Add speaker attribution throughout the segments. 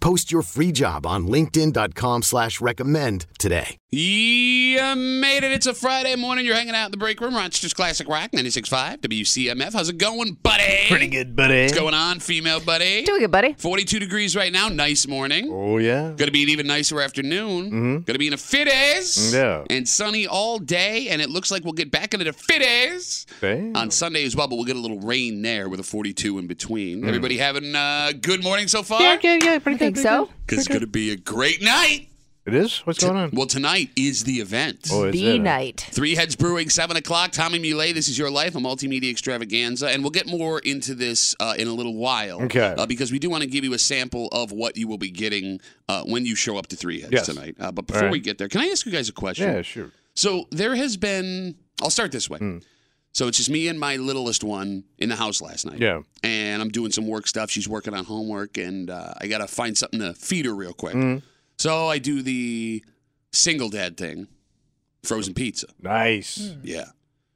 Speaker 1: Post your free job on linkedin.com slash recommend today.
Speaker 2: You made it. It's a Friday morning. You're hanging out in the break room. Rochester's Classic Rock, 96.5 WCMF. How's it going, buddy?
Speaker 3: Pretty good, buddy.
Speaker 2: What's going on, female buddy?
Speaker 4: Doing good, buddy.
Speaker 2: 42 degrees right now. Nice morning.
Speaker 3: Oh yeah.
Speaker 2: Going to be an even nicer afternoon. Going to be in the 50s.
Speaker 3: Yeah.
Speaker 2: And sunny all day. And it looks like we'll get back into the 50s
Speaker 3: Damn.
Speaker 2: on Sunday as well, but we'll get a little rain there with a 42 in
Speaker 3: Mm.
Speaker 2: between. Everybody having a good morning so far?
Speaker 3: Yeah, yeah, yeah. Pretty
Speaker 4: I think
Speaker 3: good. pretty
Speaker 4: so.
Speaker 3: good.
Speaker 2: Because it's going to be a great night.
Speaker 3: It is. What's going on?
Speaker 2: Well, tonight is the event.
Speaker 3: Mm. Oh, is
Speaker 4: B
Speaker 3: it?
Speaker 4: night.
Speaker 2: Three Heads Brewing, 7 o'clock. Tommy Muley, This Is Your Life, a multimedia extravaganza. And we'll get more into this uh, in a little while.
Speaker 3: Okay.
Speaker 2: Uh, because we do want to give you a sample of what you will be getting uh, when you show up to Three Heads
Speaker 3: Yes.
Speaker 2: tonight. Uh, but before
Speaker 3: right.
Speaker 2: we get there, can I ask you guys a question?
Speaker 3: Yeah, sure. Hmm.
Speaker 2: So there has been, I'll start this way. So it's just me and my littlest one in the house last night.
Speaker 3: Yeah.
Speaker 2: And I'm doing some work stuff. She's working on homework, and uh, I got to find something to feed her real quick.
Speaker 3: Hmm.
Speaker 2: So I do the single dad thing frozen pizza.
Speaker 3: Nice.
Speaker 2: Yeah.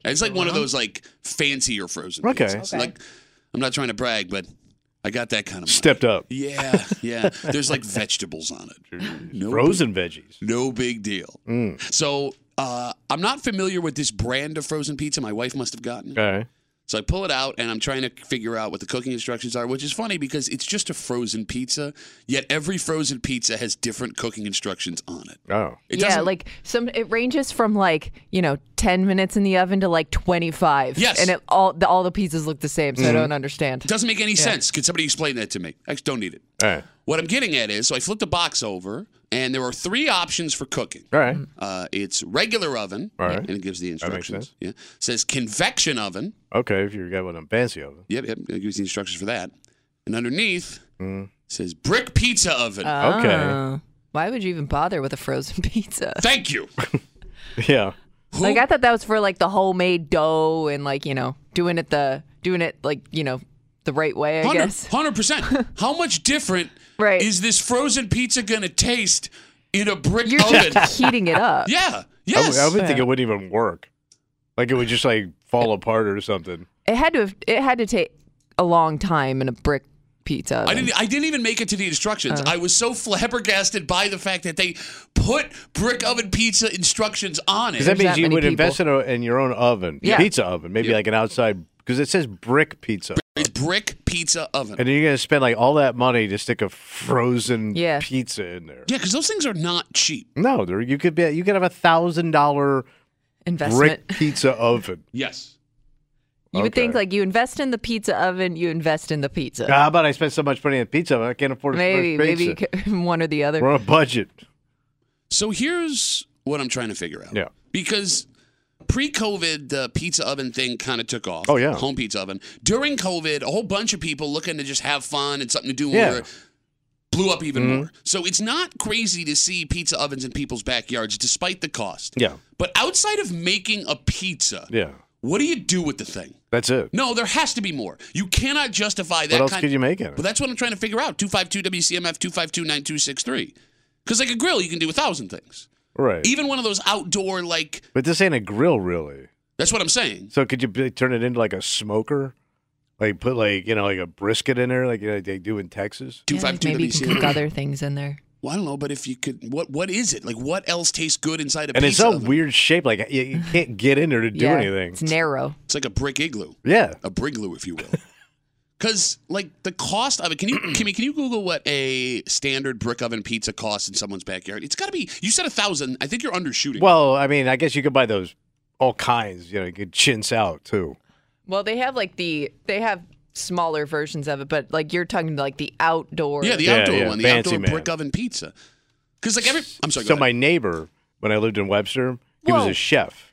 Speaker 2: And it's like one of those like fancier frozen
Speaker 3: Okay.
Speaker 2: pizzas.
Speaker 4: Okay.
Speaker 2: Like I'm not trying to brag, but I got that kind of money.
Speaker 3: Stepped up.
Speaker 2: Yeah, yeah. There's like vegetables on it. No
Speaker 3: Frozen Mm. veggies.
Speaker 2: No big deal. So uh, I'm not familiar with this brand of frozen pizza. My wife must have gotten it.
Speaker 3: Okay.
Speaker 2: So I pull it out and I'm trying to figure out what the cooking instructions are, which is funny because it's just a frozen pizza, yet every frozen pizza has different cooking instructions on it.
Speaker 3: Oh.
Speaker 2: It
Speaker 4: yeah,
Speaker 2: doesn't-
Speaker 4: like some it ranges from like, you know, 10 minutes in the oven to like 25.
Speaker 2: Yes. Mm-hmm.
Speaker 4: And it all the, all the pizzas look the same, so I don't understand.
Speaker 2: it doesn't make any sense. Could somebody explain that to me? I just don't need it.
Speaker 3: All right.
Speaker 2: What I'm getting at is, so I flip the box over, and there are three options for cooking.
Speaker 3: All right.
Speaker 2: Uh, it's regular oven,
Speaker 3: All right.
Speaker 2: and it gives the
Speaker 3: makes
Speaker 2: instructions. Yeah, says convection oven.
Speaker 3: Okay. If you got one on fancy oven.
Speaker 2: Yep, yep, it gives the instructions for that. And underneath
Speaker 3: Mm.
Speaker 2: says brick pizza oven.
Speaker 4: Uh,
Speaker 3: Ah. Okay.
Speaker 4: Why would you even bother with a frozen pizza?
Speaker 2: Thank you.
Speaker 3: Yeah.
Speaker 4: Like I thought that was for like the homemade dough and like, you know, doing it the doing it like, you know, the right way, I guess.
Speaker 2: Hundred percent. How much different
Speaker 4: Right.
Speaker 2: is this frozen pizza gonna taste in a brick
Speaker 4: You're
Speaker 2: oven?
Speaker 4: just heating it up.
Speaker 2: yeah.
Speaker 3: I would-
Speaker 2: Yes.
Speaker 3: I, would think it wouldn't even work. Like it would just like fall apart or something.
Speaker 4: It had to have, it had to take a long time in a brick pizza.
Speaker 2: I
Speaker 4: oven.
Speaker 2: didn't. I didn't even make it to the instructions.
Speaker 3: Uh.
Speaker 2: I was so flabbergasted by the fact that they put brick oven pizza instructions on it.
Speaker 3: Because that means
Speaker 4: that
Speaker 3: you
Speaker 4: many
Speaker 3: would invest in, a, in your own oven,
Speaker 4: Yeah.
Speaker 3: pizza oven, maybe like an outside. Because it says brick pizza,
Speaker 2: it's brick pizza oven.
Speaker 3: and then you're gonna spend like all that money to stick a frozen
Speaker 4: Yeah.
Speaker 3: pizza in there.
Speaker 2: yeah, because those things are not cheap.
Speaker 3: No, there you could be you could have a thousand dollar
Speaker 2: e-
Speaker 4: investment.
Speaker 3: brick pizza oven.
Speaker 2: Yes.
Speaker 4: You would think
Speaker 3: Okay.
Speaker 4: like you invest in the pizza oven, you invest in the pizza.
Speaker 3: How about I spent so much money on pizza, I can't afford to
Speaker 4: maybe
Speaker 3: pizza.
Speaker 4: maybe you could, one or the other.
Speaker 3: We're on a budget.
Speaker 2: So here's what I'm trying to figure out.
Speaker 3: Yeah.
Speaker 2: Because pre-COVID, the pizza oven thing kind of took off.
Speaker 3: Oh, yeah.
Speaker 2: Home pizza oven. During COVID, a whole bunch of people looking to just have fun and something to do.
Speaker 3: Yeah. Mm-hmm.
Speaker 2: Over, blew up even more. So it's not crazy to see pizza ovens in people's backyards, despite the cost.
Speaker 3: Yeah.
Speaker 2: But outside of making a pizza,
Speaker 3: Yeah,
Speaker 2: what do you do with the thing?
Speaker 3: that's it.
Speaker 2: No, there has to be more. You cannot justify that
Speaker 3: what else
Speaker 2: kind
Speaker 3: could you make in it?
Speaker 2: Well, that's what I'm trying to figure out. 252 WCMF 252 9263. Because like a grill, you can do a thousand things.
Speaker 3: right.
Speaker 2: Even one of those outdoor, like,
Speaker 3: but this ain't a grill, really.
Speaker 2: that's what I'm saying.
Speaker 3: So could you b- turn it into like a smoker? Like put like you know like a brisket in there, like you know, they do in Texas.
Speaker 4: Yeah, like
Speaker 2: 252
Speaker 4: maybe you can cook
Speaker 2: WCMF.
Speaker 4: other things in there.
Speaker 2: Well, I don't know, but if you could, what what is it? Like, what else tastes good inside a
Speaker 3: And it's
Speaker 2: pizza?
Speaker 3: all
Speaker 2: oven?
Speaker 3: weird shape, like you, you can't get in there to do
Speaker 4: yeah,
Speaker 3: anything.
Speaker 4: It's narrow.
Speaker 2: It's like a brick igloo,
Speaker 3: yeah,
Speaker 2: a brigloo, if you will. Because like the cost of it, can you Kimmy? Can you Google what a standard brick oven pizza costs in someone's backyard? It's got to be. You said a thousand. I think you're undershooting.
Speaker 3: Well, I mean, I guess you could buy those all kinds. You know, you could chintz out too.
Speaker 4: Well, they have like the they have smaller versions of it, but like you're talking like the outdoor.
Speaker 2: yeah, the
Speaker 3: Yeah,
Speaker 2: outdoor
Speaker 3: yeah,
Speaker 2: one, the
Speaker 3: fancy
Speaker 2: outdoor
Speaker 3: man.
Speaker 2: brick oven pizza. Because like every, I'm sorry. go
Speaker 3: so
Speaker 2: ahead.
Speaker 3: my neighbor, when I lived in Webster, he was
Speaker 4: Whoa.
Speaker 3: a chef,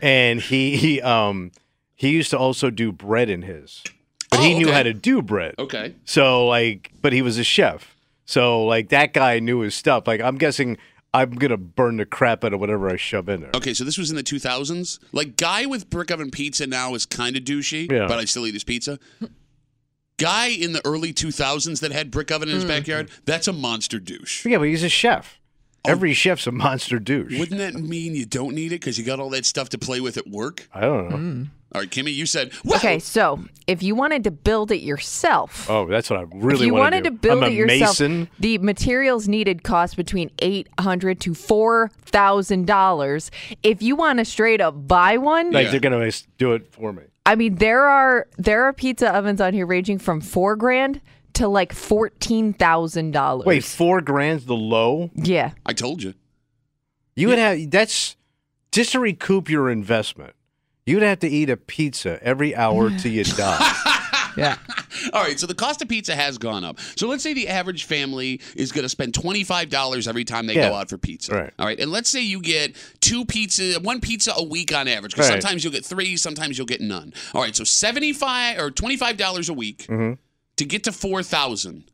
Speaker 3: and he he um he used to also do bread in his, but he
Speaker 2: Oh,
Speaker 3: knew
Speaker 2: okay.
Speaker 3: how to do bread.
Speaker 2: okay.
Speaker 3: So like, but he was a chef. So like that guy knew his stuff. Like I'm guessing I'm gonna burn the crap out of whatever I shove in there.
Speaker 2: Okay, so this was in the 2000s. Like, guy with brick oven pizza now is kind of douchey,
Speaker 3: Yeah.
Speaker 2: but I still eat his pizza. Guy in the early 2000s that had brick oven in his backyard, that's a monster douche.
Speaker 3: Yeah, but he's a chef.
Speaker 2: Oh.
Speaker 3: Every chef's a monster douche.
Speaker 2: Wouldn't that mean you don't need it because you got all that stuff to play with at work?
Speaker 3: I don't know.
Speaker 4: Mm.
Speaker 2: All right, Kimmy, you said, well,
Speaker 4: Okay, so if you wanted to build it yourself,
Speaker 3: Oh, that's what I really
Speaker 4: if you
Speaker 3: wanna
Speaker 4: wanted
Speaker 3: do.
Speaker 4: to build
Speaker 3: I'm a
Speaker 4: it yourself,
Speaker 3: Mason.
Speaker 4: the materials needed cost between eight hundred to four thousand dollars. If you want to straight up buy one,
Speaker 3: Like
Speaker 2: Yeah.
Speaker 3: they're gonna s- do it for me.
Speaker 4: I mean there are there are pizza ovens on here ranging from four grand to like fourteen thousand dollars.
Speaker 3: Wait, four grand's the low.
Speaker 4: yeah,
Speaker 2: I told you.
Speaker 3: You would have that's just to recoup your investment. You'd have to eat a pizza every hour till you die.
Speaker 4: yeah.
Speaker 2: All right, so the cost of pizza has gone up. So let's say the average family is going to spend $25 every time they
Speaker 3: Yeah.
Speaker 2: go out for pizza.
Speaker 3: Right.
Speaker 2: All right, and let's say you get two pizza, one pizza a week on average, because
Speaker 3: Right.
Speaker 2: sometimes you'll get three, sometimes you'll get none. All right, so 75 or $25 a week
Speaker 3: Mm-hmm.
Speaker 2: to get to 4000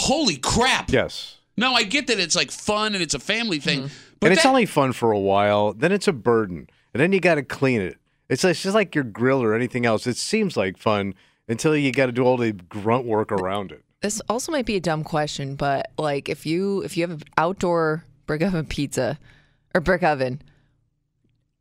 Speaker 2: Holy crap.
Speaker 3: yes.
Speaker 2: No, I get that it's like fun and it's a family thing. But
Speaker 3: and it's
Speaker 2: that-
Speaker 3: only fun for a while. Then it's a burden, and then you got to clean it. It's, it's just like your grill or anything else. It seems like fun until you got to do all the grunt work around it.
Speaker 4: This also might be a dumb question, but like if you if you have an outdoor brick oven pizza or brick oven,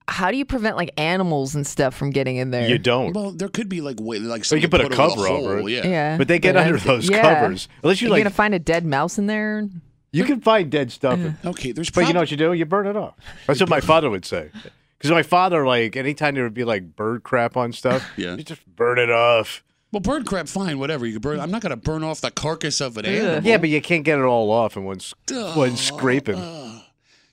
Speaker 4: how do you prevent like animals and stuff from getting in there?
Speaker 3: You don't.
Speaker 2: well, there could be like way,
Speaker 3: Or
Speaker 2: like
Speaker 3: you
Speaker 2: something
Speaker 3: can put a
Speaker 2: put over the
Speaker 3: cover over
Speaker 2: hole,
Speaker 3: it.
Speaker 2: Yeah.
Speaker 4: Yeah,
Speaker 3: But they get under
Speaker 4: that's-
Speaker 3: those
Speaker 4: yeah.
Speaker 3: covers. Unless you,
Speaker 4: You're
Speaker 3: like-
Speaker 4: gonna find a dead mouse in there.
Speaker 3: You can find dead stuff, in-
Speaker 2: Okay, there's
Speaker 3: but you know
Speaker 2: prob-
Speaker 3: what you do? You burn it off. That's what my father would say. Because my father, like, anytime there would be like bird crap on stuff,
Speaker 2: Yeah.
Speaker 3: you just burn it off.
Speaker 2: Well, bird crap, fine, whatever. You can burn. I'm not going to burn off the carcass of an animal.
Speaker 3: Yeah, but you can't get it all off in one s- one scraping.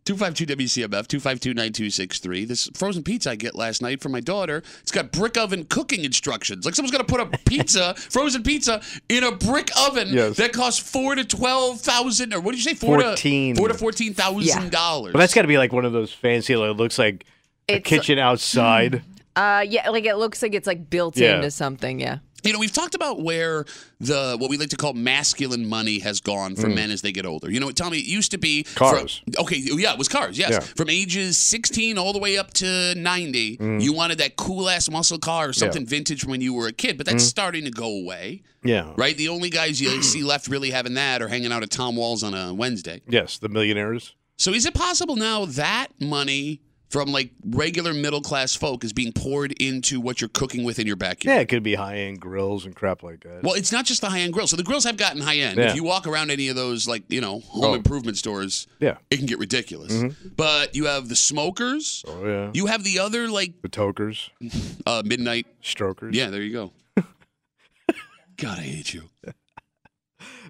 Speaker 2: 252 WCMF, 252 9263. This frozen pizza I get last night from my daughter, it's got brick oven cooking instructions. Like someone's going to put a pizza, frozen pizza, in a brick oven
Speaker 3: Yes.
Speaker 2: that costs four to 12000 or what did you say? Four
Speaker 3: Fourteen.
Speaker 2: To, four to $14,000. dollars.
Speaker 3: But that's got to be like one of those fancy. Like, it looks like a
Speaker 4: It's-
Speaker 3: kitchen outside.
Speaker 4: Uh, yeah, like it looks like it's like built
Speaker 3: Yeah.
Speaker 4: into something. Yeah,
Speaker 2: You know, we've talked about where the what we like to call masculine money has gone for men as they get older. You know, Tommy, it used to be fro-
Speaker 3: Hmm. Cars.
Speaker 2: okay, yeah, it was cars. Yes,
Speaker 3: Yeah.
Speaker 2: from ages 16 all the way up to 90,
Speaker 3: Hmm.
Speaker 2: you wanted that cool ass muscle car or something vintage from when you were a kid. But that's
Speaker 3: Hmm.
Speaker 2: starting to go away,
Speaker 3: yeah.
Speaker 2: right? The only guys you see left really having that are hanging out at Tom Wall's on a Wednesday.
Speaker 3: Yes, the millionaires.
Speaker 2: So is it possible now that money from like regular middle class folk is being poured into what you're cooking with in your backyard?
Speaker 3: Yeah, it could be high end grills and crap like that.
Speaker 2: Well, it's not just the high end grills. So the grills have gotten high end.
Speaker 3: Yeah.
Speaker 2: If you walk around any of those, like you know, home
Speaker 3: Oh. Mm-hmm.
Speaker 2: improvement stores,
Speaker 3: yeah.
Speaker 2: it can get ridiculous. But you have the smokers.
Speaker 3: Oh yeah.
Speaker 2: You have the other like
Speaker 3: the tokers,
Speaker 2: uh, midnight.
Speaker 3: strokers.
Speaker 2: Yeah, there you go. God, I hate you.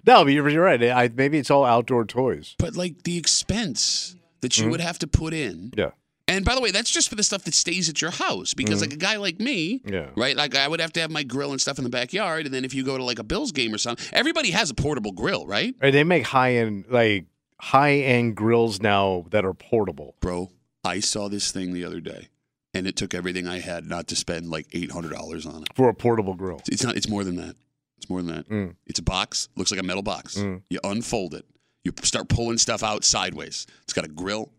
Speaker 3: No, but you're, you're right. I, maybe it's all outdoor toys.
Speaker 2: But like the expense that
Speaker 3: Mm-hmm.
Speaker 2: you would have to put in.
Speaker 3: Yeah.
Speaker 2: And by the way, that's just for the stuff that stays at your house. Because
Speaker 3: Mm-hmm.
Speaker 2: like a guy like me,
Speaker 3: Yeah.
Speaker 2: right? Like I would have to have my grill and stuff in the backyard. And then if you go to like a Bills game or something, everybody has a portable grill, right?
Speaker 3: And they make high end like high end grills now that are portable.
Speaker 2: bro, I saw this thing the other day, and it took everything I had not to spend like eight hundred dollars on it.
Speaker 3: for a portable grill.
Speaker 2: It's not. It's more than that. It's more than that.
Speaker 3: Mm.
Speaker 2: It's a box. Looks like a metal box.
Speaker 3: Mm.
Speaker 2: You unfold it. You start pulling stuff out sideways. It's got a grill.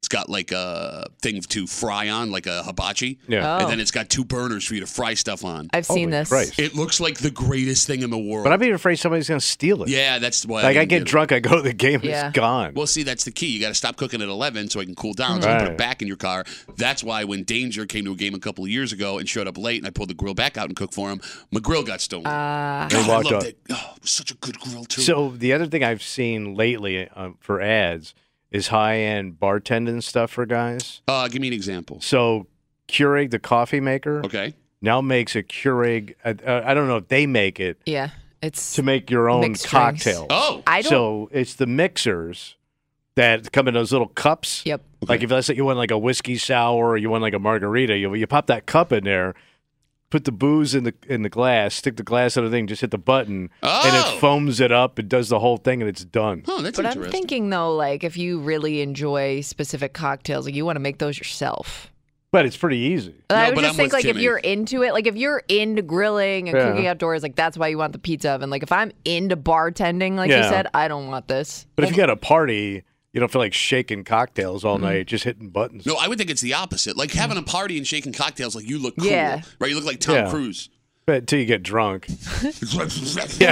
Speaker 2: It's got like a thing to fry on, like a hibachi,
Speaker 3: Yeah.
Speaker 4: Oh.
Speaker 2: and then it's got two burners for you to fry stuff on.
Speaker 4: I've seen
Speaker 3: Holy
Speaker 4: this.
Speaker 3: Christ.
Speaker 2: It looks like the greatest thing in the world.
Speaker 3: But I'd be afraid somebody's gonna steal it.
Speaker 2: Oh. yeah, that's why.
Speaker 3: Like I
Speaker 2: didn't
Speaker 3: get
Speaker 2: it.
Speaker 3: drunk, I go to the game,
Speaker 4: Yeah.
Speaker 3: it's gone.
Speaker 2: Well, see, that's the key. You got to stop cooking at 11 so I can cool down. So I can put it
Speaker 3: Right.
Speaker 2: back in your car. That's why when Danger came to a game a couple of years ago and showed up late and I pulled the grill back out and cooked for him, my grill got stolen.
Speaker 4: Uh,
Speaker 2: God, I
Speaker 3: walked
Speaker 2: loved
Speaker 3: up.
Speaker 2: it. Oh, it was such a good grill, too.
Speaker 3: so the other thing I've seen lately um, for ads is high end bartending stuff for guys.
Speaker 2: uh, give me an example.
Speaker 3: So Keurig, the coffee maker,
Speaker 2: Okay.
Speaker 3: now makes a Keurig. Uh, uh, I don't know if they make it
Speaker 4: Yeah, it's
Speaker 3: to make your own
Speaker 4: Mixed drinks.
Speaker 3: cocktail.
Speaker 2: Oh,
Speaker 4: I don't.
Speaker 3: So it's the mixers that come in those little cups.
Speaker 4: yep.
Speaker 3: Like if let's say you want like a whiskey sour or you want like a margarita, you you pop that cup in there, put the booze in the in the glass, stick the glass on the thing, just hit the button, and
Speaker 2: Oh.
Speaker 3: it foams it up, it does the whole thing, and it's done.
Speaker 2: oh, that's
Speaker 4: But I'm
Speaker 2: interesting.
Speaker 4: thinking though, like if you really enjoy specific cocktails, like you want to make those yourself.
Speaker 3: But it's pretty easy.
Speaker 4: I
Speaker 2: No,
Speaker 4: would
Speaker 2: but
Speaker 4: just
Speaker 2: I'm
Speaker 4: think
Speaker 2: with
Speaker 4: like if
Speaker 2: Jimmy.
Speaker 4: you're into it, like if you're into grilling and
Speaker 3: Yeah.
Speaker 4: cooking outdoors, like that's why you want the pizza oven. Like if I'm into bartending, like you
Speaker 3: Yeah.
Speaker 4: said, I don't want this.
Speaker 3: But if you got a party, you don't feel like shaking cocktails all night, just hitting buttons.
Speaker 2: No, I would think it's the opposite. Like having a party and shaking cocktails, like you look cool,
Speaker 4: Yeah.
Speaker 2: right? You look like Tom
Speaker 3: Yeah.
Speaker 2: Cruise.
Speaker 3: But until you get drunk.
Speaker 2: yeah,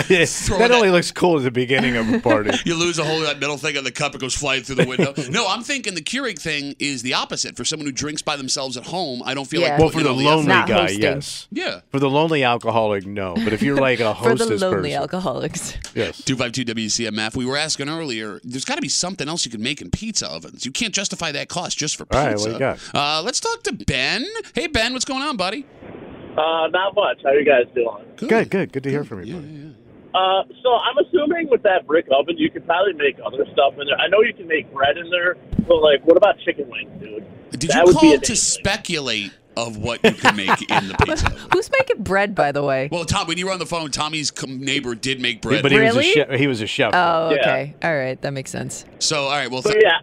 Speaker 3: that, only looks cool at the beginning of a party.
Speaker 2: You lose a whole that middle thing on the cup, it goes flying through the window. no, I'm thinking the Keurig thing is the opposite. For someone who drinks by themselves at home, I don't feel
Speaker 4: Yeah.
Speaker 2: like
Speaker 3: well, for
Speaker 2: putting
Speaker 3: the
Speaker 2: in all
Speaker 3: lonely
Speaker 4: Not
Speaker 3: guy,
Speaker 4: hosting.
Speaker 3: yes.
Speaker 2: effort. Yeah.
Speaker 3: For the lonely alcoholic, no. But if you're like a
Speaker 4: For
Speaker 3: hostess
Speaker 4: the lonely
Speaker 3: person,
Speaker 4: alcoholics.
Speaker 3: yes.
Speaker 2: 252 WCMF. We were asking earlier, there's got to be something else you can make in pizza ovens. You can't justify that cost just for pizza.
Speaker 3: All right, what you
Speaker 2: Uh, let's talk to Ben. Hey, Ben, what's going on, buddy?
Speaker 5: Uh, not much. How you guys doing?
Speaker 3: Good, good, good to hear from you. buddy.
Speaker 5: Uh, so I'm assuming with that brick oven, you could probably make other stuff in there. I know you can make bread in there, but like, what about chicken wings, dude?
Speaker 2: Did
Speaker 5: That
Speaker 2: you
Speaker 5: would be
Speaker 2: call
Speaker 5: amazing.
Speaker 2: to speculate of what you can make in the pizza oven?
Speaker 4: Who's making bread, by the way?
Speaker 2: Well, Tom, when you were on the phone, Tommy's com- neighbor did make bread.
Speaker 3: But he was
Speaker 4: Really?
Speaker 3: a chef. He was a chef. though.
Speaker 4: Oh,
Speaker 5: Yeah.
Speaker 4: okay. All right, that makes sense.
Speaker 2: so, all right, well,
Speaker 5: So
Speaker 2: th-
Speaker 5: yeah,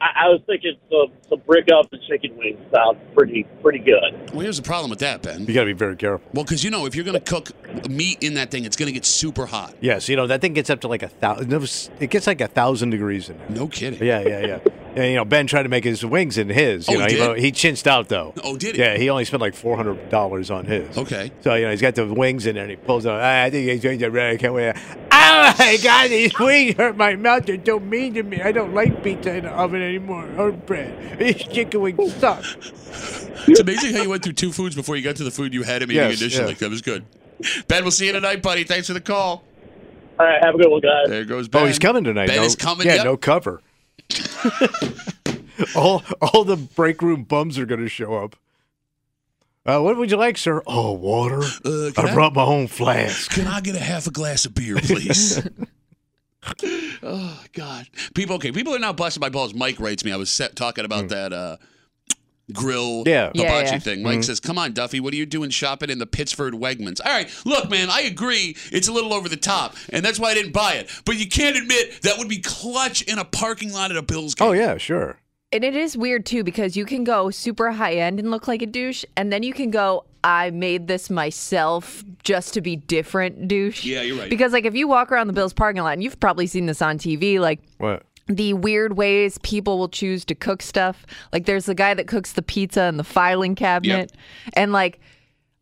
Speaker 5: I, I was thinking the the brick oven chicken wings sounds pretty pretty good.
Speaker 2: well, here's the problem with that, Ben.
Speaker 4: Oh.
Speaker 3: You got to be very careful.
Speaker 2: Well, because you know, if you're going to cook meat in that thing, it's going to get super hot.
Speaker 3: Yes, you know that thing gets up to like a thousand. It, was- it gets like a thousand degrees in there.
Speaker 2: No kidding.
Speaker 3: Yeah, yeah, yeah. And you know Ben tried to make his wings in his. You
Speaker 2: Oh,
Speaker 3: know
Speaker 2: he did?
Speaker 3: he chinched out though.
Speaker 2: Oh, did he?
Speaker 3: Yeah, he only spent like four hundred dollars on his.
Speaker 2: Okay.
Speaker 3: So you know he's got the wings in there. and He pulls out. "Ah, I think he's going to really can't wait. Oh my God, these wings hurt my mouth. They're so mean to me. I don't like pizza in the oven anymore or bread. These chicken wings suck.
Speaker 2: It's amazing how you went through two foods before you got to the food you had him eating
Speaker 3: Yes,
Speaker 2: initially.
Speaker 3: yes.
Speaker 2: That was good. Ben, we'll see you tonight, buddy. Thanks for the call.
Speaker 5: All right, have a good one, guys.
Speaker 2: There goes Ben.
Speaker 3: Oh, he's coming tonight.
Speaker 2: Ben
Speaker 3: no,
Speaker 2: is coming.
Speaker 3: Yeah,
Speaker 2: yep.
Speaker 3: no cover. all all the break room bums are going to show up. Uh, what would you like, sir? Oh, water.
Speaker 2: Uh, can
Speaker 3: I
Speaker 2: I-
Speaker 3: brought my own flask.
Speaker 2: Can I get a half a glass of beer, please? oh God, people. Okay, people are now busting my balls. Mike writes me. I was set, talking about that uh, grill
Speaker 3: Mm. Yeah. Mm-hmm.
Speaker 2: hibachi
Speaker 4: Yeah, yeah.
Speaker 2: thing. Mike says, "Come on, Duffy, what are you doing shopping in the Pittsford Wegmans?" All right, look, man, I agree. It's a little over the top, and that's why I didn't buy it. But you can't admit that would be clutch in a parking lot at a Bills game.
Speaker 3: Oh yeah, sure.
Speaker 4: And it is weird too because you can go super high end and look like a douche, and then you can go, I made this myself just to be different, douche.
Speaker 2: Yeah, you're right.
Speaker 4: Because, like, if you walk around the Bills parking lot, and you've probably seen this on TV, like,
Speaker 3: What?
Speaker 4: the weird ways people will choose to cook stuff. Like there's the guy that cooks the pizza in the filing cabinet, and like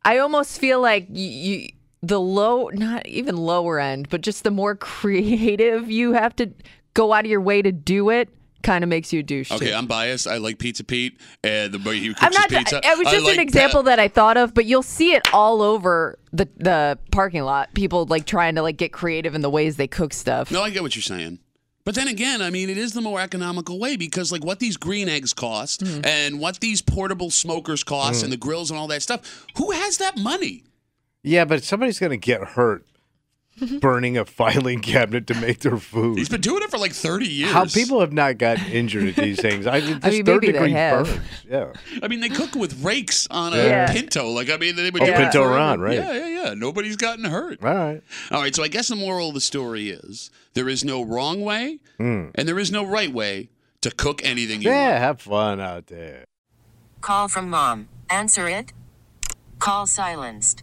Speaker 4: I almost feel like you. you the low, not even lower end, but just the more creative you have to go out of your way to do it, kind of makes you a douche.
Speaker 2: Okay,
Speaker 4: too.
Speaker 2: I'm biased. I like Pizza Pete, and the way he cooks
Speaker 4: I'm not.
Speaker 2: his pizza.
Speaker 4: It was
Speaker 2: I
Speaker 4: just
Speaker 2: like
Speaker 4: an example
Speaker 2: Pat-
Speaker 4: that I thought of, but you'll see it all over the the parking lot. People like trying to like get creative in the ways they cook stuff.
Speaker 2: No, I get what you're saying. But then again, I mean, it is the more economical way because, like, what these green eggs cost
Speaker 3: Mm-hmm.
Speaker 2: and what these portable smokers cost and the grills and all that stuff, who has that money?
Speaker 3: Yeah, but somebody's going to get hurt burning a filing cabinet to make their
Speaker 2: He's
Speaker 3: food.
Speaker 2: been doing it for like 30 years.
Speaker 3: How people have not gotten injured at these things? I, mean, this
Speaker 4: mean,
Speaker 3: third
Speaker 4: maybe they
Speaker 3: degree
Speaker 4: have.
Speaker 3: burns. Yeah.
Speaker 2: I mean, they cook with rakes on a
Speaker 4: Yeah.
Speaker 2: pinto. Like, I mean, they would
Speaker 3: Oh,
Speaker 2: do it
Speaker 3: Pinto
Speaker 2: forever.
Speaker 3: Ron, right.
Speaker 2: Yeah, yeah, yeah. Nobody's gotten hurt.
Speaker 3: All right.
Speaker 2: All right, so I guess the moral of the story is there is no wrong way and there is no right way to cook anything you want.
Speaker 3: Mm. Yeah, have fun out there.
Speaker 6: Call from mom. Answer it. Call silenced.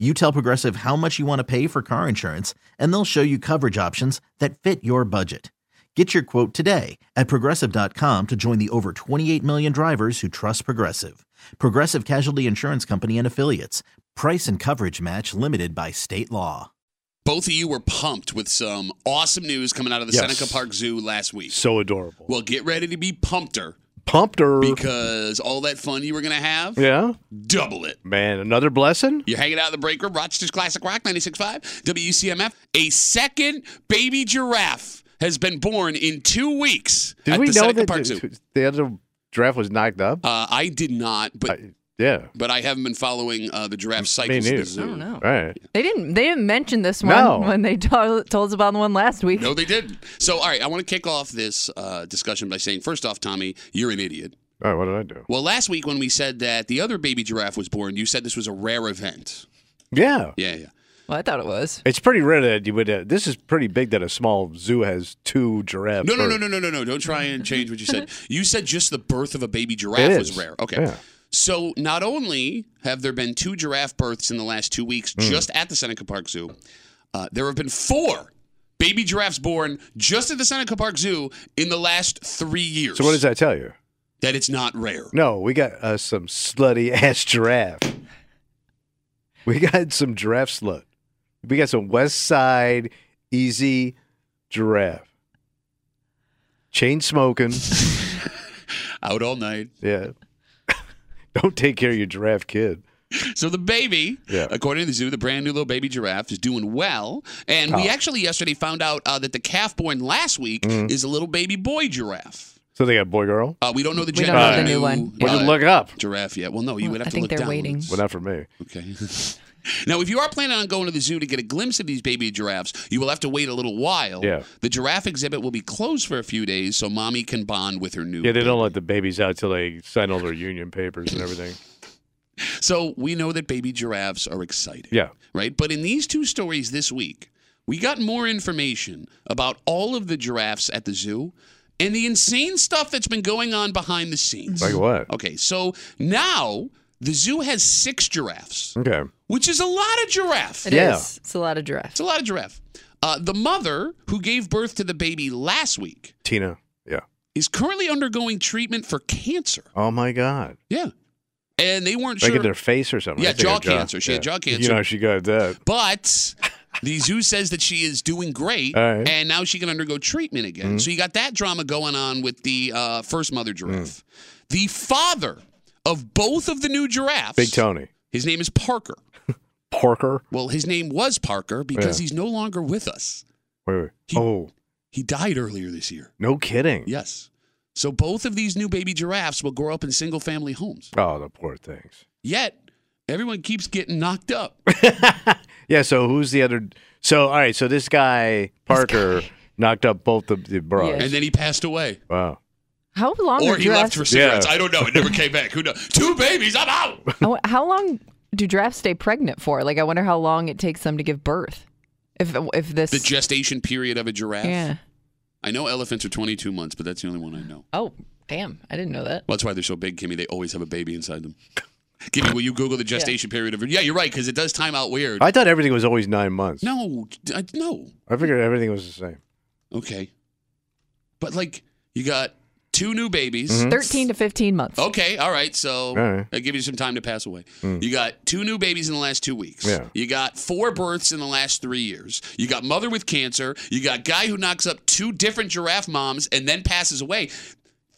Speaker 7: You tell Progressive how much you want to pay for car insurance, and they'll show you coverage options that fit your budget. Get your quote today at progressive.com to join the over 28 million drivers who trust Progressive. Progressive Casualty Insurance Company and Affiliates. Price and coverage match limited by state law.
Speaker 2: Both of you were pumped with some awesome news coming out of the
Speaker 3: Yes.
Speaker 2: Seneca Park Zoo last week.
Speaker 3: So adorable.
Speaker 2: Well, get ready to be pumpeder
Speaker 3: Pumped her.
Speaker 2: because all that fun you were going to have,
Speaker 3: yeah.
Speaker 2: double it.
Speaker 3: Man, another blessing?
Speaker 2: You're hanging out in the break room, Rochester's Classic Rock 96.5, WCMF. A second baby giraffe has been born in two weeks
Speaker 3: Did
Speaker 2: at
Speaker 3: we
Speaker 2: the
Speaker 3: know
Speaker 2: Seneca
Speaker 3: that
Speaker 2: Park
Speaker 3: the,
Speaker 2: Zoo.
Speaker 3: the other giraffe was knocked up?
Speaker 2: Uh, I did not, but
Speaker 3: I- yeah.
Speaker 2: but I haven't been following uh, the giraffe
Speaker 3: Me
Speaker 2: cycles at
Speaker 3: neither.
Speaker 2: the zoo.
Speaker 3: Right.
Speaker 4: They didn't. They didn't mention this one
Speaker 3: No.
Speaker 4: when they to- told us about the one last week.
Speaker 2: No, they didn't. So, all right, I want to kick off this uh, discussion by saying, first off, Tommy, you're an idiot.
Speaker 3: All right, what did I do?
Speaker 2: Well, last week when we said that the other baby giraffe was born, you said this was a rare event.
Speaker 3: Yeah.
Speaker 2: Yeah, yeah.
Speaker 4: Well, I thought it was.
Speaker 3: It's pretty rare that you would. Uh, this is pretty big that a small zoo has two giraffes.
Speaker 2: No, no,
Speaker 3: or-
Speaker 2: no, no, no, no, no. Don't try and change what you said. You said just the birth of a baby
Speaker 3: It
Speaker 2: giraffe was
Speaker 3: is.
Speaker 2: rare. Okay.
Speaker 3: Yeah.
Speaker 2: So not only have there been two giraffe births in the last two weeks
Speaker 3: Hmm.
Speaker 2: just at the Seneca Park Zoo, uh, there have been four baby giraffes born just at the Seneca Park Zoo in the last three years.
Speaker 3: So what does that tell you?
Speaker 2: That it's not rare.
Speaker 3: No, we got uh, some slutty ass giraffe. We got some giraffe slut. We got some West Side easy giraffe. Chain smoking.
Speaker 2: Out all night.
Speaker 3: yeah. Don't take care of your giraffe kid.
Speaker 2: So the baby,
Speaker 3: Yeah.
Speaker 2: according to the zoo, the brand new little baby giraffe is doing well. And we actually yesterday found out uh, that the calf born last week
Speaker 3: Hmm.
Speaker 2: is a little baby boy giraffe.
Speaker 3: So they got boy girl.
Speaker 2: Uh, we don't know the
Speaker 4: We
Speaker 2: gender.
Speaker 4: don't know
Speaker 2: of
Speaker 4: the new one.
Speaker 3: Would
Speaker 2: uh,
Speaker 3: you look up?
Speaker 2: giraffe yet. Well, no, you
Speaker 4: Well,
Speaker 2: would have
Speaker 4: I
Speaker 2: to
Speaker 4: think
Speaker 2: look
Speaker 4: they're
Speaker 2: down.
Speaker 4: waiting.
Speaker 3: Well, not for me.
Speaker 2: Okay. now, if you are planning on going to the zoo to get a glimpse of these baby giraffes, you will have to wait a little while.
Speaker 3: Yeah.
Speaker 2: The giraffe exhibit will be closed for a few days so mommy can bond with her new.
Speaker 3: Yeah, they don't let the babies out till they sign all their union papers and everything.
Speaker 2: So we know that baby giraffes are excited.
Speaker 3: Yeah.
Speaker 2: Right? But in these two stories this week, we got more information about all of the giraffes at the zoo and the insane stuff that's been going on behind the scenes.
Speaker 3: Like what?
Speaker 2: Okay, so now the zoo has six giraffes,
Speaker 3: Okay.
Speaker 2: which is a lot of giraffe.
Speaker 4: It is.
Speaker 3: Yeah.
Speaker 4: It's a lot of giraffes.
Speaker 2: It's a lot of giraffe. Uh, the mother who gave birth to the baby last week
Speaker 3: Tina. Yeah.
Speaker 2: is currently undergoing treatment for cancer.
Speaker 3: Oh my God.
Speaker 2: Yeah. And they weren't
Speaker 3: Like
Speaker 2: sure.
Speaker 3: in their face or something.
Speaker 2: Yeah,
Speaker 3: I think
Speaker 2: jaw
Speaker 3: a
Speaker 2: cancer. She had jaw
Speaker 3: You
Speaker 2: cancer.
Speaker 3: know, she got that.
Speaker 2: But the zoo says that she is doing great,
Speaker 3: All right. Mm-hmm.
Speaker 2: and now she can undergo treatment again. So you got that drama going on with the uh, first
Speaker 3: Mm.
Speaker 2: mother giraffe. The father of both of the new giraffes,
Speaker 3: Big Tony.
Speaker 2: His name is Parker.
Speaker 3: Parker.
Speaker 2: Well, his name was Parker because
Speaker 3: Yeah.
Speaker 2: he's no longer with us.
Speaker 3: Wait, wait.
Speaker 2: He-
Speaker 3: oh,
Speaker 2: He died earlier this year.
Speaker 3: no kidding.
Speaker 2: Yes. So both of these new baby giraffes will grow up in single family homes.
Speaker 3: Oh, the poor things.
Speaker 2: Yet everyone keeps getting knocked up.
Speaker 3: Yeah, so who's the other? So, all right, so this guy, Parker, knocked up both the, the bras.
Speaker 2: And then he passed away.
Speaker 3: Wow.
Speaker 4: How long?
Speaker 2: Or
Speaker 4: are
Speaker 2: he left
Speaker 4: giraffes,
Speaker 2: for cigarettes.
Speaker 3: Yeah.
Speaker 2: I don't know. It never came back. Who knows? Two babies. I'm out.
Speaker 4: how, how long do giraffes stay pregnant for? Like, I wonder how long it takes them to give birth. If if this.
Speaker 2: The gestation period of a giraffe.
Speaker 4: yeah.
Speaker 2: I know elephants are 22 months, but that's the only one I know.
Speaker 4: Oh, damn! I didn't know that.
Speaker 2: Well, that's why they're so big, Kimmy. They always have a baby inside them. Kimmy, will you Google the gestation period of? Yeah, you're right because it does time out weird.
Speaker 3: I thought everything was always nine months.
Speaker 2: no, I, no.
Speaker 3: I figured everything was the same.
Speaker 2: Okay, but like you got two new babies.
Speaker 4: Thirteen to fifteen months.
Speaker 2: Okay, all right. So
Speaker 3: Mm-hmm. right. Mm.
Speaker 2: that gives you some time to pass away. You got two new babies in the last two weeks.
Speaker 3: Yeah.
Speaker 2: You got four births in the last three years. You got mother with cancer. You got guy who knocks up two different giraffe moms and then passes away.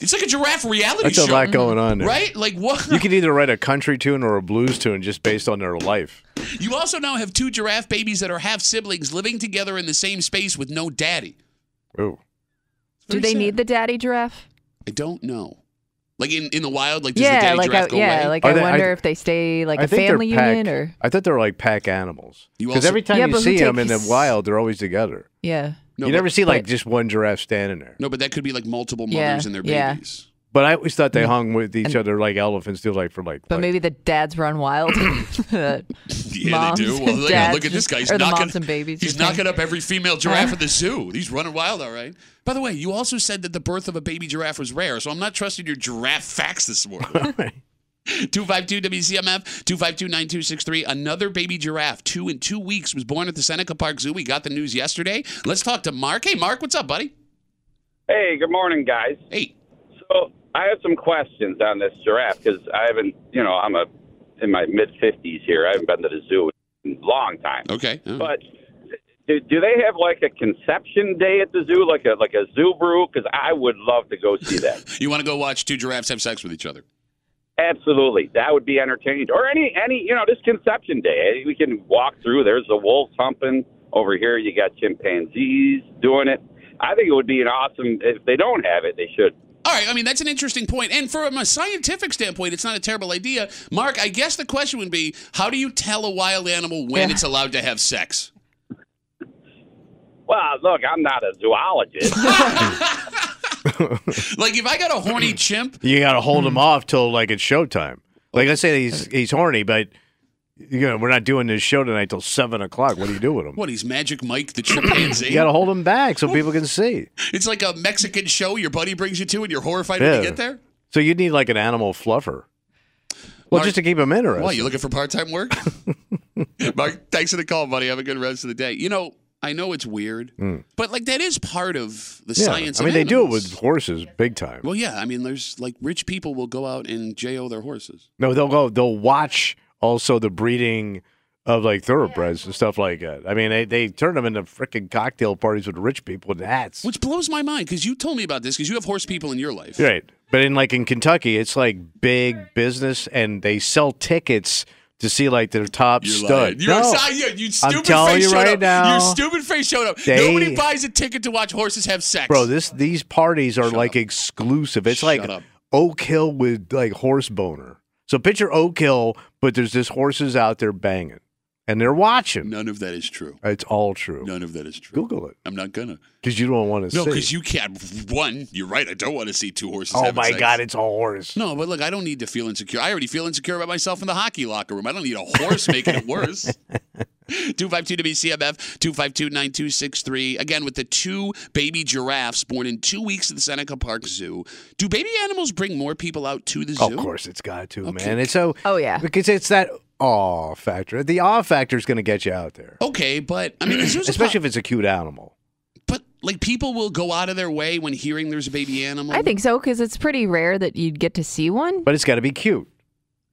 Speaker 2: It's like a giraffe reality
Speaker 3: That's
Speaker 2: show,
Speaker 3: a lot going on there.
Speaker 2: right? Like what?
Speaker 3: You
Speaker 2: You,
Speaker 3: could either write a country tune or a blues tune just based on their life.
Speaker 2: also now have two giraffe babies that are half siblings living together in the same space with no daddy.
Speaker 3: Ooh.
Speaker 4: Do they need the daddy giraffe?
Speaker 2: I don't know. Like in, in the wild, like does the
Speaker 4: yeah,
Speaker 2: daddy
Speaker 4: like I,
Speaker 2: giraffe go
Speaker 4: yeah,
Speaker 2: away?
Speaker 4: like
Speaker 3: Are
Speaker 4: I
Speaker 3: they- I-
Speaker 4: wonder if they stay like
Speaker 3: I
Speaker 4: a
Speaker 3: think they're
Speaker 4: family
Speaker 3: pack-
Speaker 4: unit or
Speaker 3: I thought they're like pack animals.
Speaker 2: You
Speaker 3: Because
Speaker 2: also-
Speaker 3: every time
Speaker 4: Yeah,
Speaker 3: you
Speaker 4: but who
Speaker 3: see them in the
Speaker 4: takes-
Speaker 3: wild, they're always together.
Speaker 4: yeah.
Speaker 2: no,
Speaker 3: you
Speaker 2: but,
Speaker 3: never see like
Speaker 4: but-
Speaker 3: just one giraffe standing there.
Speaker 2: no, but that could be like multiple mothers
Speaker 4: Yeah,
Speaker 2: and their
Speaker 4: yeah.
Speaker 2: babies.
Speaker 3: But I always thought they hung with each other like elephants do, like for like.
Speaker 4: Mm. But
Speaker 3: like-
Speaker 4: maybe the dads run wild. yeah,
Speaker 2: Yeah, they do. Well, look, look at this guy. He's
Speaker 4: or the
Speaker 2: knocking,
Speaker 4: moms and babies.
Speaker 2: he's
Speaker 4: you think.
Speaker 2: knocking up every female giraffe in the zoo. He's running wild, all right. By the way, you also said that the birth of a baby giraffe was rare, so I'm not trusting your giraffe facts this morning. 252 WCMF, 252 9263. Another baby giraffe, two in two weeks, was born at the Seneca Park Zoo. We got the news yesterday. Let's talk to Mark. Hey, Mark, what's up, buddy?
Speaker 8: Hey, good morning, guys.
Speaker 2: Hey,
Speaker 8: So I have some questions on this giraffe because I haven't, you know, I'm a in my mid fifties here. I haven't been to the zoo in a long time.
Speaker 2: okay. all right.
Speaker 8: But do, do they have like a conception day at the zoo, like a like a zoo brew? Because I would love to go see that.
Speaker 2: You want to go watch two giraffes have sex with each other?
Speaker 8: Absolutely, that would be entertaining. Or any any you know, just conception day. eh? We can walk through. There's the wolves humping over here. You got chimpanzees doing it. I think it would be an awesome. If they don't have it, they should.
Speaker 2: All right, I mean that's an interesting point, and from a scientific standpoint, it's not a terrible idea. Mark, I guess the question would be, how do you tell a wild animal when
Speaker 4: Yeah.
Speaker 2: it's allowed to have sex?
Speaker 8: Well, look, I'm not a zoologist.
Speaker 2: Like if I got a horny chimp,
Speaker 3: you got to hold
Speaker 4: Mm.
Speaker 3: him off till like it's showtime. Like let's say he's he's horny, but you know we're not doing this show tonight till seven o'clock. What do you do with him?
Speaker 2: what he's Magic Mike the chimpanzee?
Speaker 3: You got to hold him back so people can see.
Speaker 2: It's like a Mexican show your buddy brings you to, and you're horrified when
Speaker 3: Yeah.
Speaker 2: you get there.
Speaker 3: So you need like an animal fluffer. Well,
Speaker 2: Mark-
Speaker 3: just to keep him interested.
Speaker 2: What, you looking for part time work? Mark, thanks for the call, buddy. Have a good rest of the day. You know, I know it's weird, but like that is part of the
Speaker 3: Hmm. Yeah.
Speaker 2: science.
Speaker 3: I
Speaker 2: of
Speaker 3: mean, they do it
Speaker 2: animals.
Speaker 3: with horses, big time.
Speaker 2: Well, yeah. I mean, there's like rich people will go out and jo their horses.
Speaker 3: No, they'll go. They'll watch also the breeding of like thoroughbreds and stuff like that. I mean, they, they turn them into freaking cocktail parties with rich people in hats.
Speaker 2: Which blows my mind because you told me about this because you have horse people in your life.
Speaker 3: right. But in like in Kentucky, it's like big business, and they sell tickets to see like their top
Speaker 2: You're lying.
Speaker 3: stud.
Speaker 2: You're
Speaker 3: No.
Speaker 2: excited. You, you
Speaker 3: I'm
Speaker 2: stupid
Speaker 3: telling
Speaker 2: face
Speaker 3: you
Speaker 2: showed
Speaker 3: right
Speaker 2: up.
Speaker 3: now,
Speaker 2: Your stupid face showed up.
Speaker 3: they-
Speaker 2: Nobody buys a ticket to watch horses have sex.
Speaker 3: Bro, this these parties are like exclusive. It's like
Speaker 2: Shut up.
Speaker 3: Oak Hill with like horse boner. So picture Oak Hill, but there's just horses out there banging, and they're watching.
Speaker 2: None of that is true.
Speaker 3: It's all true.
Speaker 2: None of that is true.
Speaker 3: Google it
Speaker 2: I'm not gonna.
Speaker 3: because you don't want to
Speaker 2: No,
Speaker 3: see.
Speaker 2: because you can't. One, you're right. I don't want to see two horses.
Speaker 3: Oh
Speaker 2: having
Speaker 3: my
Speaker 2: sex.
Speaker 3: God, it's a horse.
Speaker 2: No, but look, I don't need to feel insecure. I already feel insecure about myself in the hockey locker room. I don't need a horse making it worse. 252 WCMF, 252 9263. Again, with the two baby giraffes born in two weeks at the Seneca Park Zoo. Do baby animals bring more people out to the zoo?
Speaker 3: Of course, it's got to,
Speaker 2: Okay.
Speaker 3: man. It's so.
Speaker 4: Oh, yeah.
Speaker 3: because it's that awe factor. The awe factor is going to get you out there,
Speaker 2: Okay, but I mean, the zoo's a
Speaker 3: especially
Speaker 2: pop-
Speaker 3: if it's a cute animal.
Speaker 2: but like people will go out of their way when hearing there's a baby animal.
Speaker 4: I think so because it's pretty rare that you'd get to see one.
Speaker 3: But it's got to be cute.